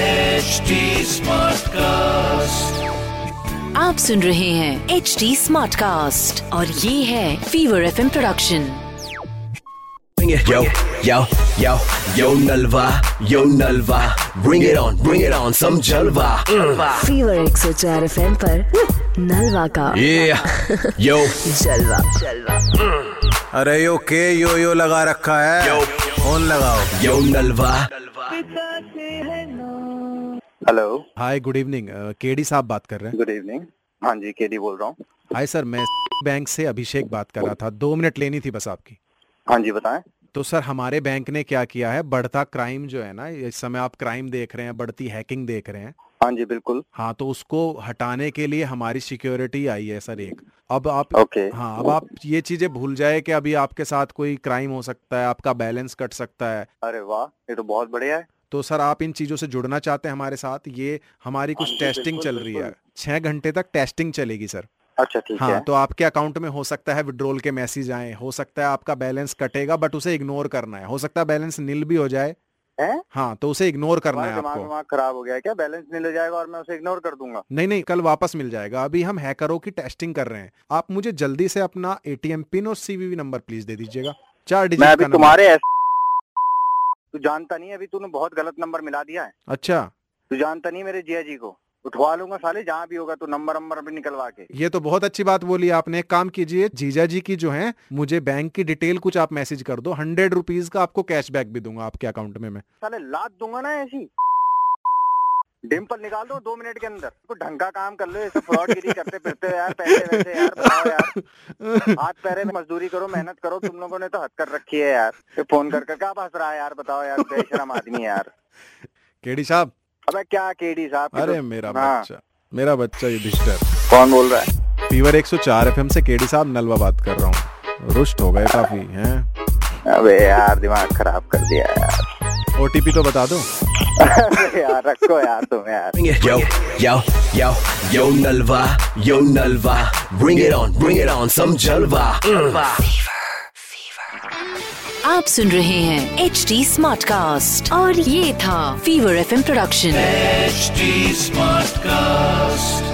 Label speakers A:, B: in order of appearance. A: HD Smartcast.
B: आप सुन रहे हैं एच डी स्मार्ट कास्ट और ये है Fever F production
C: Bring it. Yo, yo, yo, yo Nalva, yo Nalva. Bring it on, bring it on, some Jalva. Mm.
B: Fever एक सौ चार एफ एम नलवा का
C: Yeah, yo,
B: जलवा जलवा
D: अरे यो के यो यो लगा रखा है
C: Yo.
D: फोन लगाओ
C: yo Nalva.
E: Hello
D: hi good evening KD Uh, साहब बात कर रहे हैं
E: गुड इवनिंग हाँ जी केडी बोल रहा हूँ
D: हाय सर मैं बैंक से अभिषेक बात कर रहा था दो मिनट लेनी थी बस आपकी
E: हाँ जी बताएं
D: तो सर हमारे बैंक ने क्या किया है बढ़ता क्राइम जो है ना इस समय आप क्राइम देख रहे हैं बढ़ती हैकिंग देख रहे हैं
E: हाँ जी बिल्कुल
D: हाँ तो उसको हटाने के लिए हमारी सिक्योरिटी आई है सर एक अब आप
E: ओके
D: हाँ अब आप ये चीजें भूल जाए कि अभी आपके साथ कोई क्राइम हो सकता है आपका बैलेंस कट सकता है
E: अरे वाह ये तो बहुत बढ़िया है
D: तो सर आप इन चीजों से जुड़ना चाहते हैं हमारे साथ ये हमारी कुछ
E: हाँ जी,
D: टेस्टिंग
E: बिल्कुल,
D: चल रही है
E: बिल्कुल।
D: छह घंटे तक टेस्टिंग चलेगी सर
E: अच्छा ठीक है
D: हाँ तो आपके अकाउंट में हो सकता है विड्रॉल के मैसेज आए हो सकता है आपका बैलेंस कटेगा बट उसे इग्नोर करना है हो सकता है बैलेंस नील भी हो जाए
E: हैं?
D: हाँ तो उसे इग्नोर करना
E: हमारा
D: है
E: दिमाग
D: आपको
E: दिमाग खराब हो गया है क्या बैलेंस नहीं ले जाएगा और मैं उसे इग्नोर कर दूंगा
D: नहीं नहीं कल वापस मिल जाएगा अभी हम हैकरों की टेस्टिंग कर रहे हैं आप मुझे जल्दी से अपना एटीएम पिन और सीवीवी नंबर प्लीज दे दीजिएगा चार डिजिट
E: मैं
D: का
E: अभी
D: नंबर।
E: तुम्हारे ऐस- तू जानता नहीं है, अभी तूने बहुत गलत नंबर मिला दिया है
D: अच्छा
E: तू जानता नहीं है मेरे जिया जी को उठवा लूंगा साले जहाँ भी होगा तू नंबर नंबर अभी निकलवा के
D: ये तो बहुत अच्छी बात बोली आपने एक काम कीजिए जीजा जी की जो है मुझे बैंक की डिटेल कुछ आप मैसेज कर दो हंड्रेड रुपीज का आपको कैशबैक भी दूंगा आपके अकाउंट में मैं
E: साले लाद दूंगा ना ऐसी डिम्पल निकाल दो दो मिनट के अंदर कोई ढंग का काम कर लो ये सब फ्रॉडगिरी करते फिरते हो यार पैसे वैसे यार बताओ यार हाथ पैरे में मजदूरी करो मेहनत करो तुम लोगों ने तो हद कर रखी है यार फिर फोन कर करके आप हंस रहा है यार बताओ यार बेशरम आदमी है यार
D: केडी साहब
E: अबे क्या केडी साहब की
D: अरे
E: तो-
D: मेरा
E: हाँ,
D: बच्चा मेरा बच्चा युधिष्ठर
E: कौन बोल रहा है
D: फीवर 104 एफएम से केडी साहब नलवा बात कर रहा हूँ रुष्ट हो गए काफी हैं
E: अबे यार दिमाग खराब कर दिया यार
D: ओटीपी तो बता दो
E: अरे यार रखो यार तुम यार
C: Bring it. Yo, yo, yo, yo Nalva, yo Nalva. Bring it on, bring it on, some Jalva. Mm.
B: आप सुन रहे हैं एच डी स्मार्ट कास्ट और ये था Fever F production
A: HD Smartcast.